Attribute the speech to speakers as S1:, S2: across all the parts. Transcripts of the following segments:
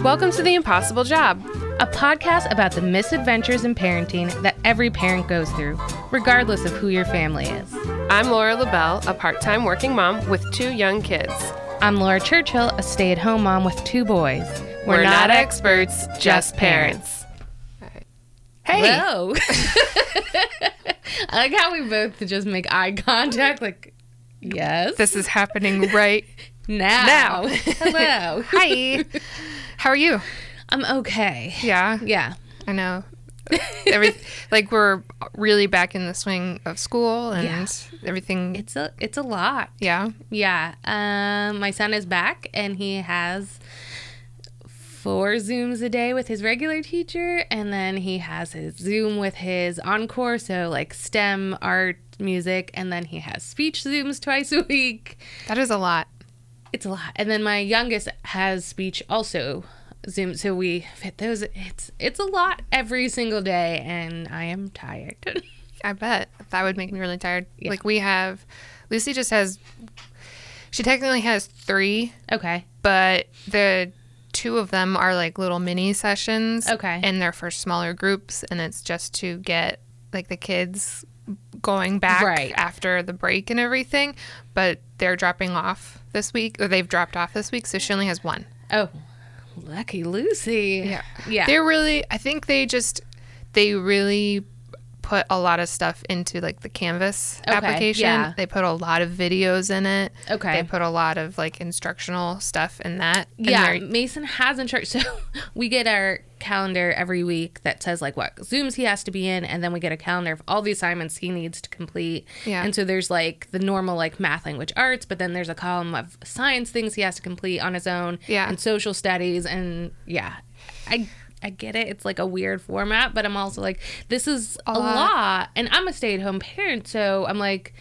S1: Welcome to The Impossible Job.
S2: a podcast about the misadventures in parenting that every parent goes through, regardless of who your family is.
S1: I'm Laura LaBelle, a part time working mom with two young kids.
S2: I'm Laura Churchill, a stay at home mom with two boys.
S1: We're, not, experts, just parents. Hey!
S2: Whoa. I like how we both just make eye contact, like, yes.
S1: This is happening right
S2: now.
S1: now.
S2: Hello.
S1: Hi! How are you?
S2: I'm okay.
S1: Yeah,
S2: Yeah.
S1: I know. Every, like, we're really back in the swing of school and everything.
S2: It's a it's a lot.
S1: yeah.
S2: Yeah. Um, my son is back and he has four Zooms a day with his regular teacher. And then he has his Zoom with his encore. So, like STEM, art, music. And then he has speech Zooms twice a week.
S1: That is a lot.
S2: It's a lot. And then my youngest has speech also. Zoom, so we fit those. It's it's a lot every single day, and I am tired.
S1: I bet that would make me really tired. Like we have, Lucy just has. She technically has three,
S2: okay,
S1: but the two of them are like little mini sessions.
S2: Okay.
S1: And they're for smaller groups, and it's just to get like the kids going back
S2: Right.
S1: after the break and everything. But they're dropping off this week, or they've dropped off this week, so she only has one.
S2: oh, lucky Lucy.
S1: Yeah.
S2: yeah.
S1: They're really I think they just they really put a lot of stuff into like the Canvas
S2: Okay,
S1: application.
S2: yeah.
S1: They put a lot of videos in it.
S2: Okay.
S1: They put a lot of like instructional stuff in that. And
S2: yeah,
S1: they're-
S2: Mason has insurance. So we get our calendar every week that says like what Zooms he has to be in, and then we get a calendar of all the assignments he needs to complete.
S1: Yeah.
S2: And so there's like the normal like math, language, arts, but then there's a column of science things he has to complete on his own.
S1: Yeah.
S2: And social studies, and yeah, I. I get it. It's like a weird format, but I'm also like, this is a,
S1: lot.
S2: lot. And I'm a stay at home parent. So I'm like,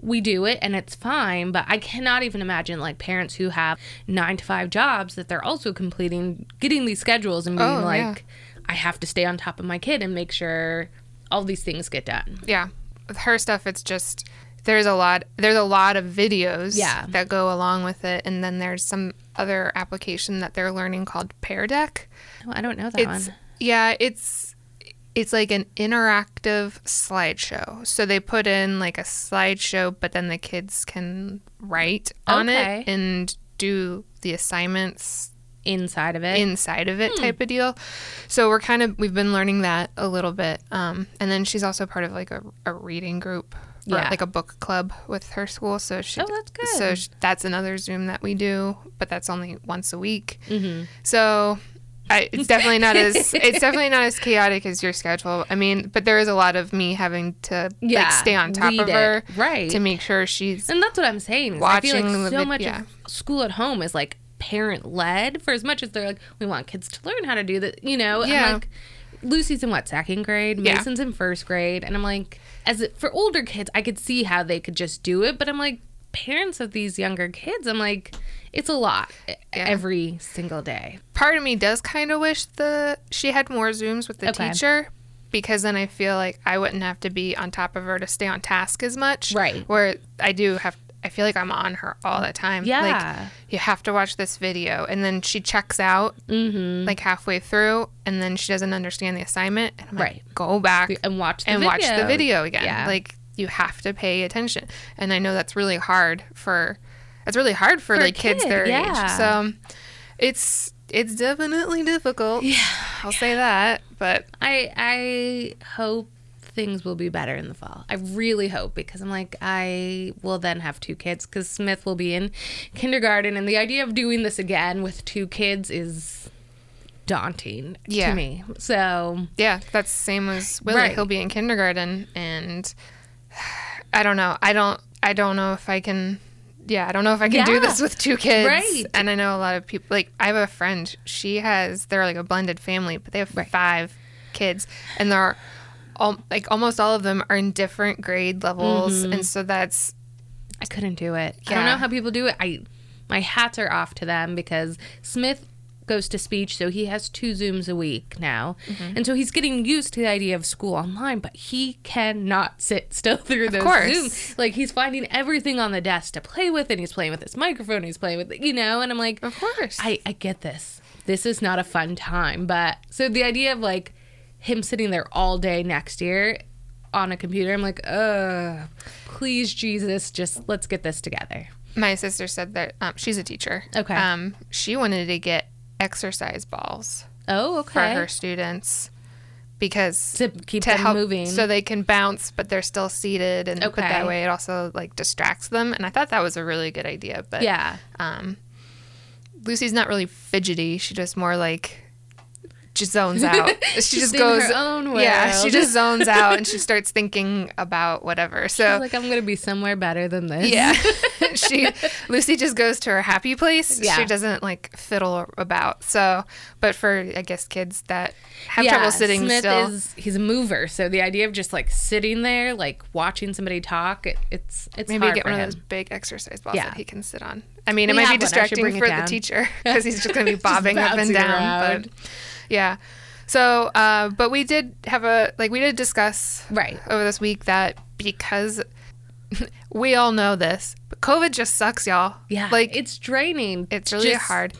S2: we do it and it's fine but i cannot even imagine like parents who have nine to five jobs that they're also completing getting these schedules and being
S1: Oh,
S2: like
S1: yeah.
S2: i have to stay on top of my kid and make sure all these things get done
S1: yeah. With her stuff it's just there's a lot there's a lot of videos
S2: Yeah.
S1: that go along with it and then there's some other application that they're learning called Pear Deck.
S2: no, i don't know that
S1: It's
S2: one
S1: yeah, it's it's like an interactive slideshow. So they put in like a slideshow, but then the kids can write on
S2: Okay.
S1: it and do the assignments
S2: inside of it
S1: inside of it
S2: Hmm.
S1: type of deal. So we're kind of we've been learning that a little bit. Um, and then she's also part of like a, a reading group. or,
S2: Yeah.
S1: like a book club with her school, so she.
S2: Oh, that's good.
S1: So sh- that's another Zoom that we do, but that's only once a week.
S2: Mm-hmm.
S1: So, I, it's definitely not as it's definitely not as chaotic as your schedule. I mean, but there is a lot of me having to
S2: Yeah,
S1: like stay on top
S2: lead
S1: of
S2: it.
S1: her,
S2: Right.
S1: to make sure she's
S2: and that's what i'm saying is i
S1: Watching
S2: feel
S1: the
S2: like so
S1: vid-
S2: much
S1: yeah.
S2: of school at home is like parent led for as much as they're like we want kids to learn how to do that you know I'm
S1: Yeah.
S2: like lucy's in what second grade
S1: Yeah.
S2: mason's in first grade and i'm like as it, for older kids i could see how they could just do it but i'm like parents of these younger kids i'm like it's a lot e- every single day
S1: part of me does kind of wish the she had more zooms with the
S2: Okay.
S1: teacher because then I feel like I wouldn't have to be on top of her to stay on task as much.
S2: Right.
S1: Where I do have I feel like I'm on her all the time.
S2: Yeah.
S1: Like you have to watch this video and then she checks out
S2: Mm. Mm-hmm.
S1: like halfway through and then she doesn't understand the assignment and I'm like,
S2: Right.
S1: go back
S2: and watch the
S1: and watch the
S2: video.
S1: video again.
S2: Yeah.
S1: Like you have to pay attention. And I know that's really hard for it's really hard
S2: For
S1: for,
S2: a
S1: like kids
S2: kid,
S1: their
S2: yeah.
S1: age. So it's it's definitely difficult. Yeah. I'll say that. But
S2: I I hope things will be better in the fall. I really hope because I'm like I will then have two kids because Smith will be in kindergarten, and the idea of doing this again with two kids is daunting
S1: Yeah.
S2: to me. So
S1: yeah, that's the same as Willie.
S2: Right.
S1: He'll be in kindergarten and I don't know. I don't I don't know if I can yeah, I don't know if I can do
S2: Yeah.
S1: this with two kids.
S2: Right.
S1: And I know a lot of people like I have a friend, she has they're like a blended family, but they have
S2: Right.
S1: five kids and they're all like almost all of them are in different grade levels
S2: Mm-hmm.
S1: and so that's
S2: I couldn't do it. I
S1: Yeah.
S2: don't know how people do it. I my hats are off to them because Smith goes to speech, so he has two Zooms a week now. And so he's getting used to the idea of school online, but he cannot sit still through those
S1: course.
S2: Zooms. Like he's finding everything on the desk to play with, and he's playing with his microphone, he's playing with, you know, and I'm like,
S1: Of course.
S2: I, I get this. This is not a fun time. But so the idea of like him sitting there all day next year on a computer, I'm like, ugh, please, Jesus, just let's get this together.
S1: My sister said that um, she's a teacher.
S2: Okay.
S1: Um, she wanted to get exercise balls
S2: Oh,
S1: for
S2: okay.
S1: her students because
S2: To keep
S1: to
S2: them
S1: help
S2: moving.
S1: so they can bounce, but they're still seated, and but
S2: Okay.
S1: that way it also like distracts them. And I thought that was a really good idea. But
S2: yeah.
S1: um, Lucy's not really fidgety. She just more like just zones out. She
S2: She's
S1: just
S2: in her
S1: goes
S2: own
S1: Yeah, she
S2: world.
S1: just zones out and she starts thinking about whatever.
S2: I
S1: So
S2: was like, I'm going to be somewhere better than this.
S1: Oh. yeah, she Lucy just goes to her happy place.
S2: Yeah.
S1: She doesn't like fiddle about. So, but for I guess kids that have trouble sitting
S2: Smith
S1: still,
S2: Is, he's a mover, so the idea of just like sitting there, like watching somebody talk, it, it's it's
S1: maybe
S2: hard
S1: get
S2: for
S1: one
S2: him.
S1: of those big exercise balls
S2: Yeah.
S1: that he can sit on. I mean, it
S2: We
S1: might
S2: have
S1: be
S2: one. I should bring it
S1: distracting for the
S2: down.
S1: teacher because he's just going to be
S2: Just
S1: bobbing up and
S2: bouncing
S1: down.
S2: around.
S1: But yeah, so uh, but we did have a like we did discuss
S2: Right.
S1: over this week that because we all know this, but COVID just sucks, y'all.
S2: Yeah,
S1: like
S2: like it's draining.
S1: It's really
S2: Just-
S1: hard.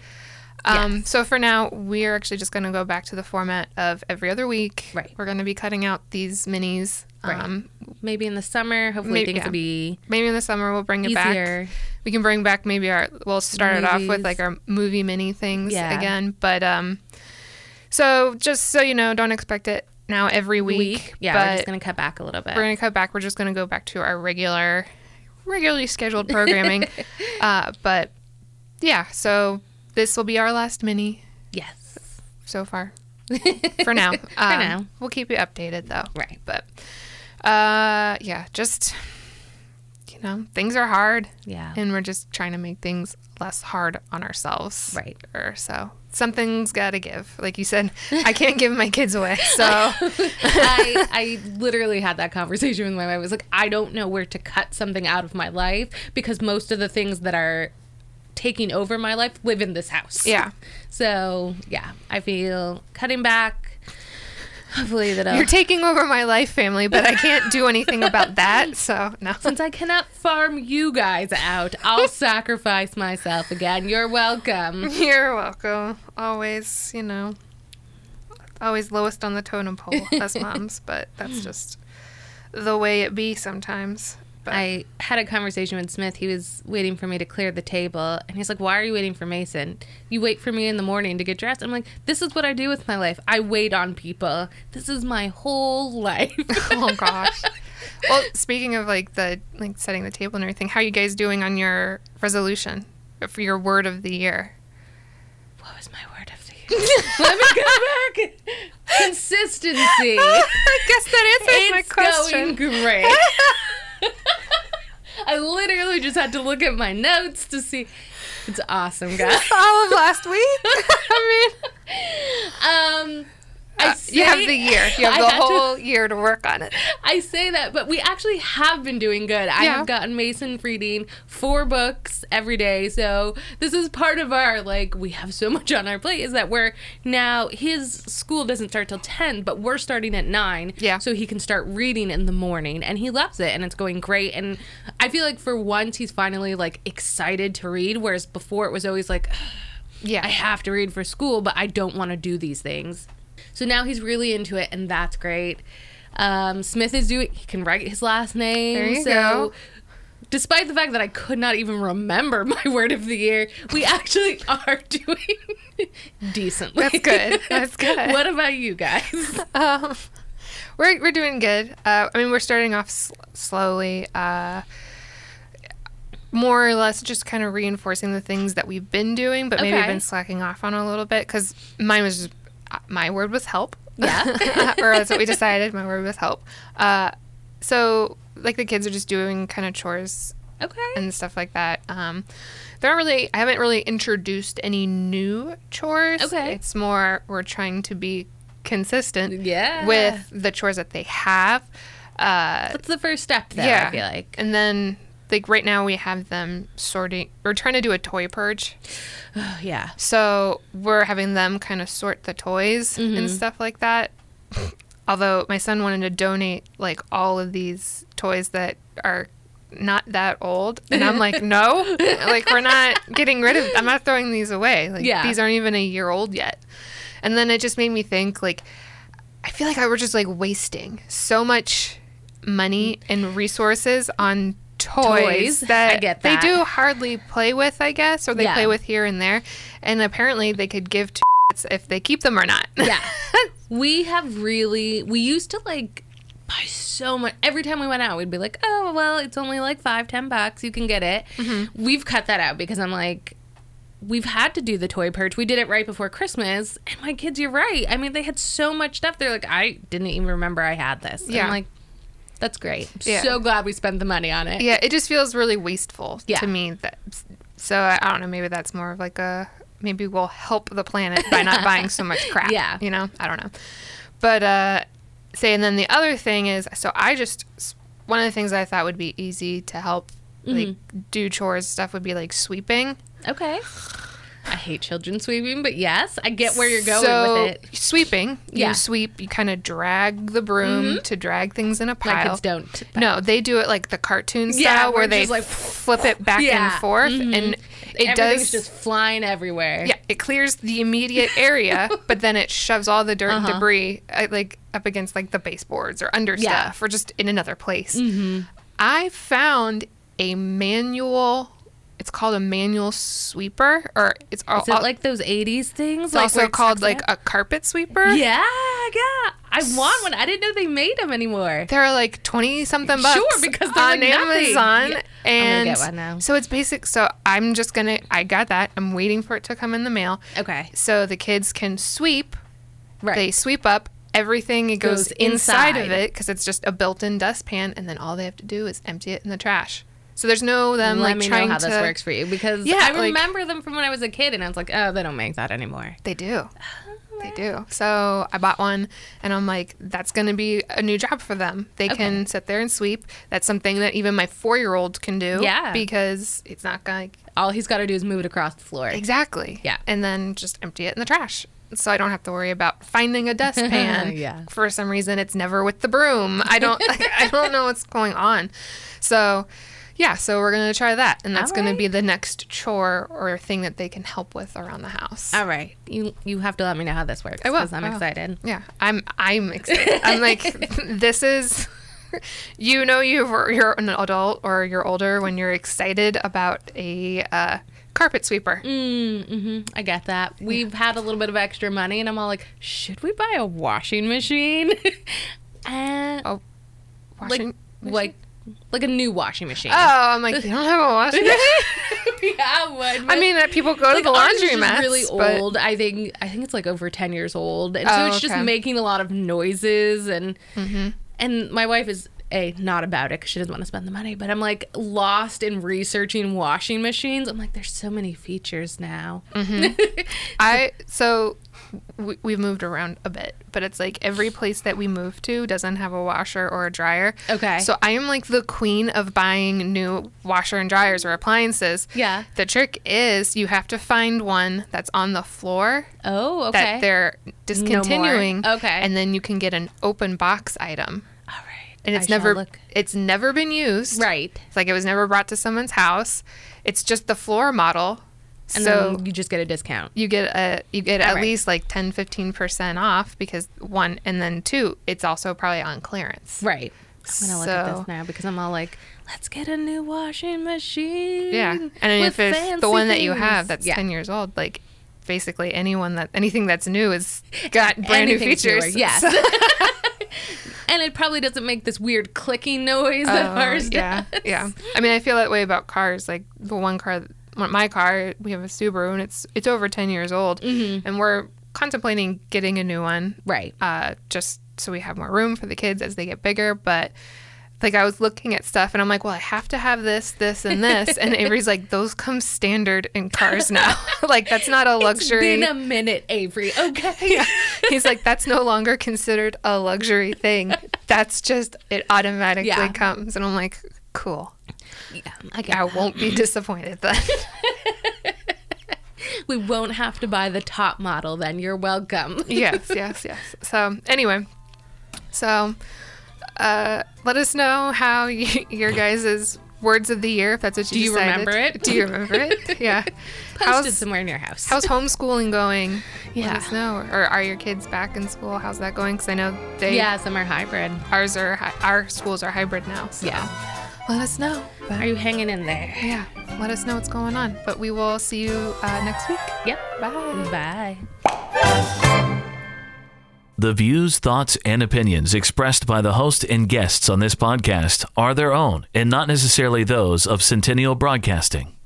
S1: Um, So for now, we're actually just going to go back to the format of every other week.
S2: Right.
S1: We're going to be cutting out these minis.
S2: Right.
S1: Um,
S2: Maybe in the summer, hopefully
S1: Maybe-
S2: things
S1: yeah.
S2: will be
S1: maybe in the summer we'll bring it
S2: easier.
S1: back. We can bring back maybe our. We'll start it off with
S2: Movies.
S1: like our movie mini things
S2: Yeah.
S1: again. But um, so just so you know, don't expect it now every week.
S2: Yeah,
S1: but
S2: we're just gonna cut back a little bit.
S1: we're gonna cut back. We're just gonna go back to our regular, regularly scheduled programming. uh, but yeah, so this will be our last mini
S2: yes.
S1: so far. for now. Um,
S2: now.
S1: We'll keep you updated though.
S2: Right.
S1: But uh yeah, just you know, things are hard
S2: Yeah.
S1: and we're just trying to make things less hard on ourselves.
S2: Right.
S1: Or so something's got to give. Like you said, I can't give my kids away. So
S2: I, I literally had that conversation with my wife. I was like, I don't know where to cut something out of my life because most of the things that are taking over my life live in this house.
S1: Yeah.
S2: So yeah, I feel cutting back. Hopefully that'll
S1: you're taking over my life, family, but I can't do anything about that. So no.
S2: since I cannot farm you guys out, I'll sacrifice myself again. You're welcome.
S1: You're welcome. Always, you know, always lowest on the totem pole as moms, but that's just the way it be sometimes. But
S2: I had a conversation with Smith. He was waiting for me to clear the table, and he's like, "Why are you waiting for Mason? You wait for me in the morning to get dressed." I'm like, "This is what I do with my life. I wait on people. This is my whole life."
S1: oh gosh. Well, speaking of like the like setting the table and everything, how are you guys doing on your resolution for your word of the year?
S2: what was my word of the year? Let me go back. Consistency.
S1: I guess that answers my
S2: it's
S1: question.
S2: going great. I literally just had to look at my notes to see. It's awesome, guys.
S1: All of last week. I mean,
S2: Um, I
S1: uh, you have
S2: say-
S1: the year. You have
S2: I
S1: the
S2: had to-
S1: whole year to work on it.
S2: I say that, but we actually have been doing good. I
S1: Yeah.
S2: have gotten Mason reading four books every day. So this is part of our like we have so much on our plate is that we're now his school doesn't start till ten, but we're starting at nine.
S1: Yeah.
S2: So he can start reading in the morning and he loves it and it's going great. And I feel like for once he's finally like excited to read, whereas before it was always like
S1: Yeah.
S2: I have to read for school, but I don't want to do these things. So now he's really into it, and that's great. Um, Smith is doing; he can write his last name.
S1: There you
S2: so,
S1: go.
S2: despite the fact that I could not even remember my word of the year, we actually are doing decently.
S1: That's good. That's good.
S2: what about you guys?
S1: Um, we're we're doing good. Uh, I mean, we're starting off sl- slowly, uh, more or less, just kind of reinforcing the things that we've been doing, but maybe
S2: Okay.
S1: been slacking off on a little bit. Because mine was just, uh, my word was help.
S2: Yeah.
S1: or that's what we decided. My word was help. Uh, so like the kids are just doing kind of chores
S2: Okay.
S1: and stuff like that. Um, they're not really. I haven't really introduced any new chores.
S2: Okay.
S1: It's more we're trying to be consistent.
S2: Yeah.
S1: With the chores that they have. Uh,
S2: that's the first step, though.
S1: yeah.
S2: I feel like.
S1: And then like right now we have them sorting we're trying to do a toy purge Oh,
S2: yeah.
S1: so we're having them kind of sort the toys
S2: Mm-hmm.
S1: and stuff like that although my son wanted to donate like all of these toys that are not that old and i'm like no like we're not getting rid of i'm not throwing these away like
S2: Yeah.
S1: these aren't even a year old yet and then it just made me think like i feel like i were just like wasting so much money and resources on toys,
S2: Toys.
S1: that,
S2: I get that.
S1: they do hardly play with i guess or they
S2: Yeah.
S1: play with here and there and apparently they could give two shits if they keep them or not
S2: Yeah. we have really we used to like buy so much every time we went out we'd be like oh well it's only like five ten bucks you can get it
S1: Mm-hmm.
S2: we've cut that out because i'm like we've had to do the toy purge we did it right before christmas and my kids you're right i mean they had so much stuff they're like i didn't even remember i had this And
S1: Yeah.
S2: i'm like that's great I'm
S1: Yeah.
S2: so glad we spent the money on it
S1: yeah it just feels really wasteful
S2: Yeah.
S1: to me that so i I don't know maybe that's more of like a maybe we'll help the planet by not buying so much crap
S2: Yeah.
S1: you know i don't know but uh say and then the other thing is so i just one of the things i thought would be easy to help like
S2: Mm-hmm.
S1: do chores stuff would be like sweeping
S2: okay i hate children sweeping but yes i get where you're going
S1: so,
S2: with it
S1: Sweeping.
S2: Yeah. Mm-hmm.
S1: You sweep, you kind of drag the broom to drag things in a
S2: my
S1: pile.
S2: kids don't but-
S1: No, they do it like the cartoon style
S2: Yeah, where
S1: where
S2: it's
S1: they
S2: just like-
S1: flip it back
S2: Yeah, Mm-hmm.
S1: and forth and it
S2: everything's
S1: does
S2: just flying everywhere
S1: yeah, it clears the immediate area, but then it shoves all the dirt and
S2: Uh-huh.
S1: debris uh, like up against like the baseboards or under
S2: Yeah. Mm-hmm.
S1: stuff or just in another place. I found a manual. It's called a manual sweeper, or it's, all,
S2: Is it like those '80s things?
S1: it's also called like a carpet sweeper.
S2: yeah, yeah. I want one. I didn't know they made them anymore.
S1: They're like twenty something bucks.
S2: Sure, because they're
S1: on
S2: like nothing.
S1: Amazon,
S2: Yeah. I'm gonna
S1: and
S2: get one now.
S1: so it's basic. So I'm just gonna. I got that. I'm waiting for it to come in the mail,
S2: Okay,
S1: so the kids can sweep.
S2: right.
S1: They sweep up everything. It goes,
S2: Goes
S1: inside. of
S2: inside.
S1: it because it's just a built-in dustpan, and then all they have to do is empty it in the trash. So there's no them
S2: Let
S1: like
S2: me know
S1: trying
S2: how
S1: to.
S2: this works for you because
S1: Yeah,
S2: I
S1: like-
S2: remember them from when I was a kid, and I was like, oh, they don't make that anymore.
S1: They do.
S2: Oh,
S1: They do. So I bought one and I'm like, that's going to be a new job for them. They can sit there and sweep. That's something that even my four year old can do.
S2: Yeah.
S1: Because it's not going to.
S2: All he's got to do is move it across the floor.
S1: Exactly.
S2: Yeah.
S1: And then just empty it in the trash. So I don't have to worry about finding a dustpan.
S2: Yeah.
S1: For some reason, it's never with the broom. I don't. I don't know what's going on. So, yeah. So we're gonna try that, and that's gonna
S2: right.
S1: be the next chore or thing that they can help with around the house.
S2: All right, you you have to let me know how this works
S1: will. Oh.
S2: because I'm
S1: I will.
S2: excited.
S1: Yeah, I'm I'm excited. I'm like this is you know you've you're an adult or you're older when you're excited about a uh, carpet sweeper. Mm,
S2: Mm-hmm. I get that. We've had a little bit of extra money, and I'm all like, should we buy a washing machine? and
S1: Washing machine?
S2: like like a new washing machine.
S1: Oh, I'm like you don't have a washing machine.
S2: yeah, I would.
S1: I mean, that people go to
S2: like,
S1: the
S2: ours is
S1: laundry
S2: just
S1: mats.
S2: Really
S1: but-
S2: old. I think. I think it's like over ten years old, and so
S1: Oh,
S2: it's just
S1: okay. Mm-hmm.
S2: making a lot of noises and and my wife is a not about it because she doesn't want to spend the money. But I'm like lost in researching washing machines. I'm like, there's so many features now.
S1: Mm-hmm. I so we, we've moved around a bit, but it's like every place that we move to doesn't have a washer or a dryer.
S2: Okay.
S1: So I am like the queen of buying new washer and dryers or appliances.
S2: Yeah.
S1: The trick is you have to find one that's on the floor
S2: Oh, okay.
S1: that they're discontinuing.
S2: Okay.
S1: And then you can get an open box item.
S2: All right.
S1: And it's
S2: I shall
S1: never
S2: look.
S1: it's never been used.
S2: right.
S1: It's like it was never brought to someone's house. It's just the floor model.
S2: And
S1: so
S2: then you just get a discount.
S1: you get a you get at
S2: right.
S1: least like 10 15% off because one and then two it's also probably on clearance
S2: Right. I'm gonna look at
S1: So-
S2: this now because I'm all like, let's get a new washing machine.
S1: yeah and then
S2: with
S1: if it's the
S2: fancy
S1: one that you have
S2: things."
S1: that's
S2: Yeah.
S1: 10 years old like basically anyone that anything that's new is got brand new
S2: Anything's newer,
S1: features
S2: Yes. and it probably doesn't make this weird clicking noise
S1: Oh,
S2: that ours
S1: yeah
S2: does.
S1: yeah i mean i feel that way about cars like the one car my car we have a subaru and it's it's over 10 years old
S2: Mm-hmm.
S1: and we're contemplating getting a new one
S2: Right.
S1: uh, just so we have more room for the kids as they get bigger. But like I was looking at stuff and I'm like, well, I have to have this, this, and this. And Avery's like, those come standard in cars now. like that's not a
S2: It's
S1: luxury.
S2: been a minute, Avery. Okay.
S1: yeah. He's like, that's no longer considered a luxury thing. That's just it automatically
S2: Yeah.
S1: comes. And I'm like, cool.
S2: I get
S1: I won't be disappointed then.
S2: we won't have to buy the top model then. You're welcome.
S1: yes, yes, yes. So anyway, so uh, let us know how you, your guys' words of the year, if that's what you
S2: Do you
S1: decided.
S2: remember it?
S1: Do you remember it? Yeah.
S2: Posted
S1: how's
S2: somewhere in your house.
S1: how's homeschooling going?
S2: Yeah.
S1: Let us know. Or are your kids back in school? How's that going? Because I know they
S2: yeah, some are hybrid.
S1: ours are hy- our schools are hybrid now. So
S2: Yeah.
S1: let us know. But
S2: Are you hanging in there?
S1: yeah, let us know what's going on. But we will see you uh, next week.
S2: Yep.
S1: Bye.
S2: Bye.
S3: The views, thoughts, and opinions expressed by the host and guests on this podcast are their own and not necessarily those of Centennial Broadcasting.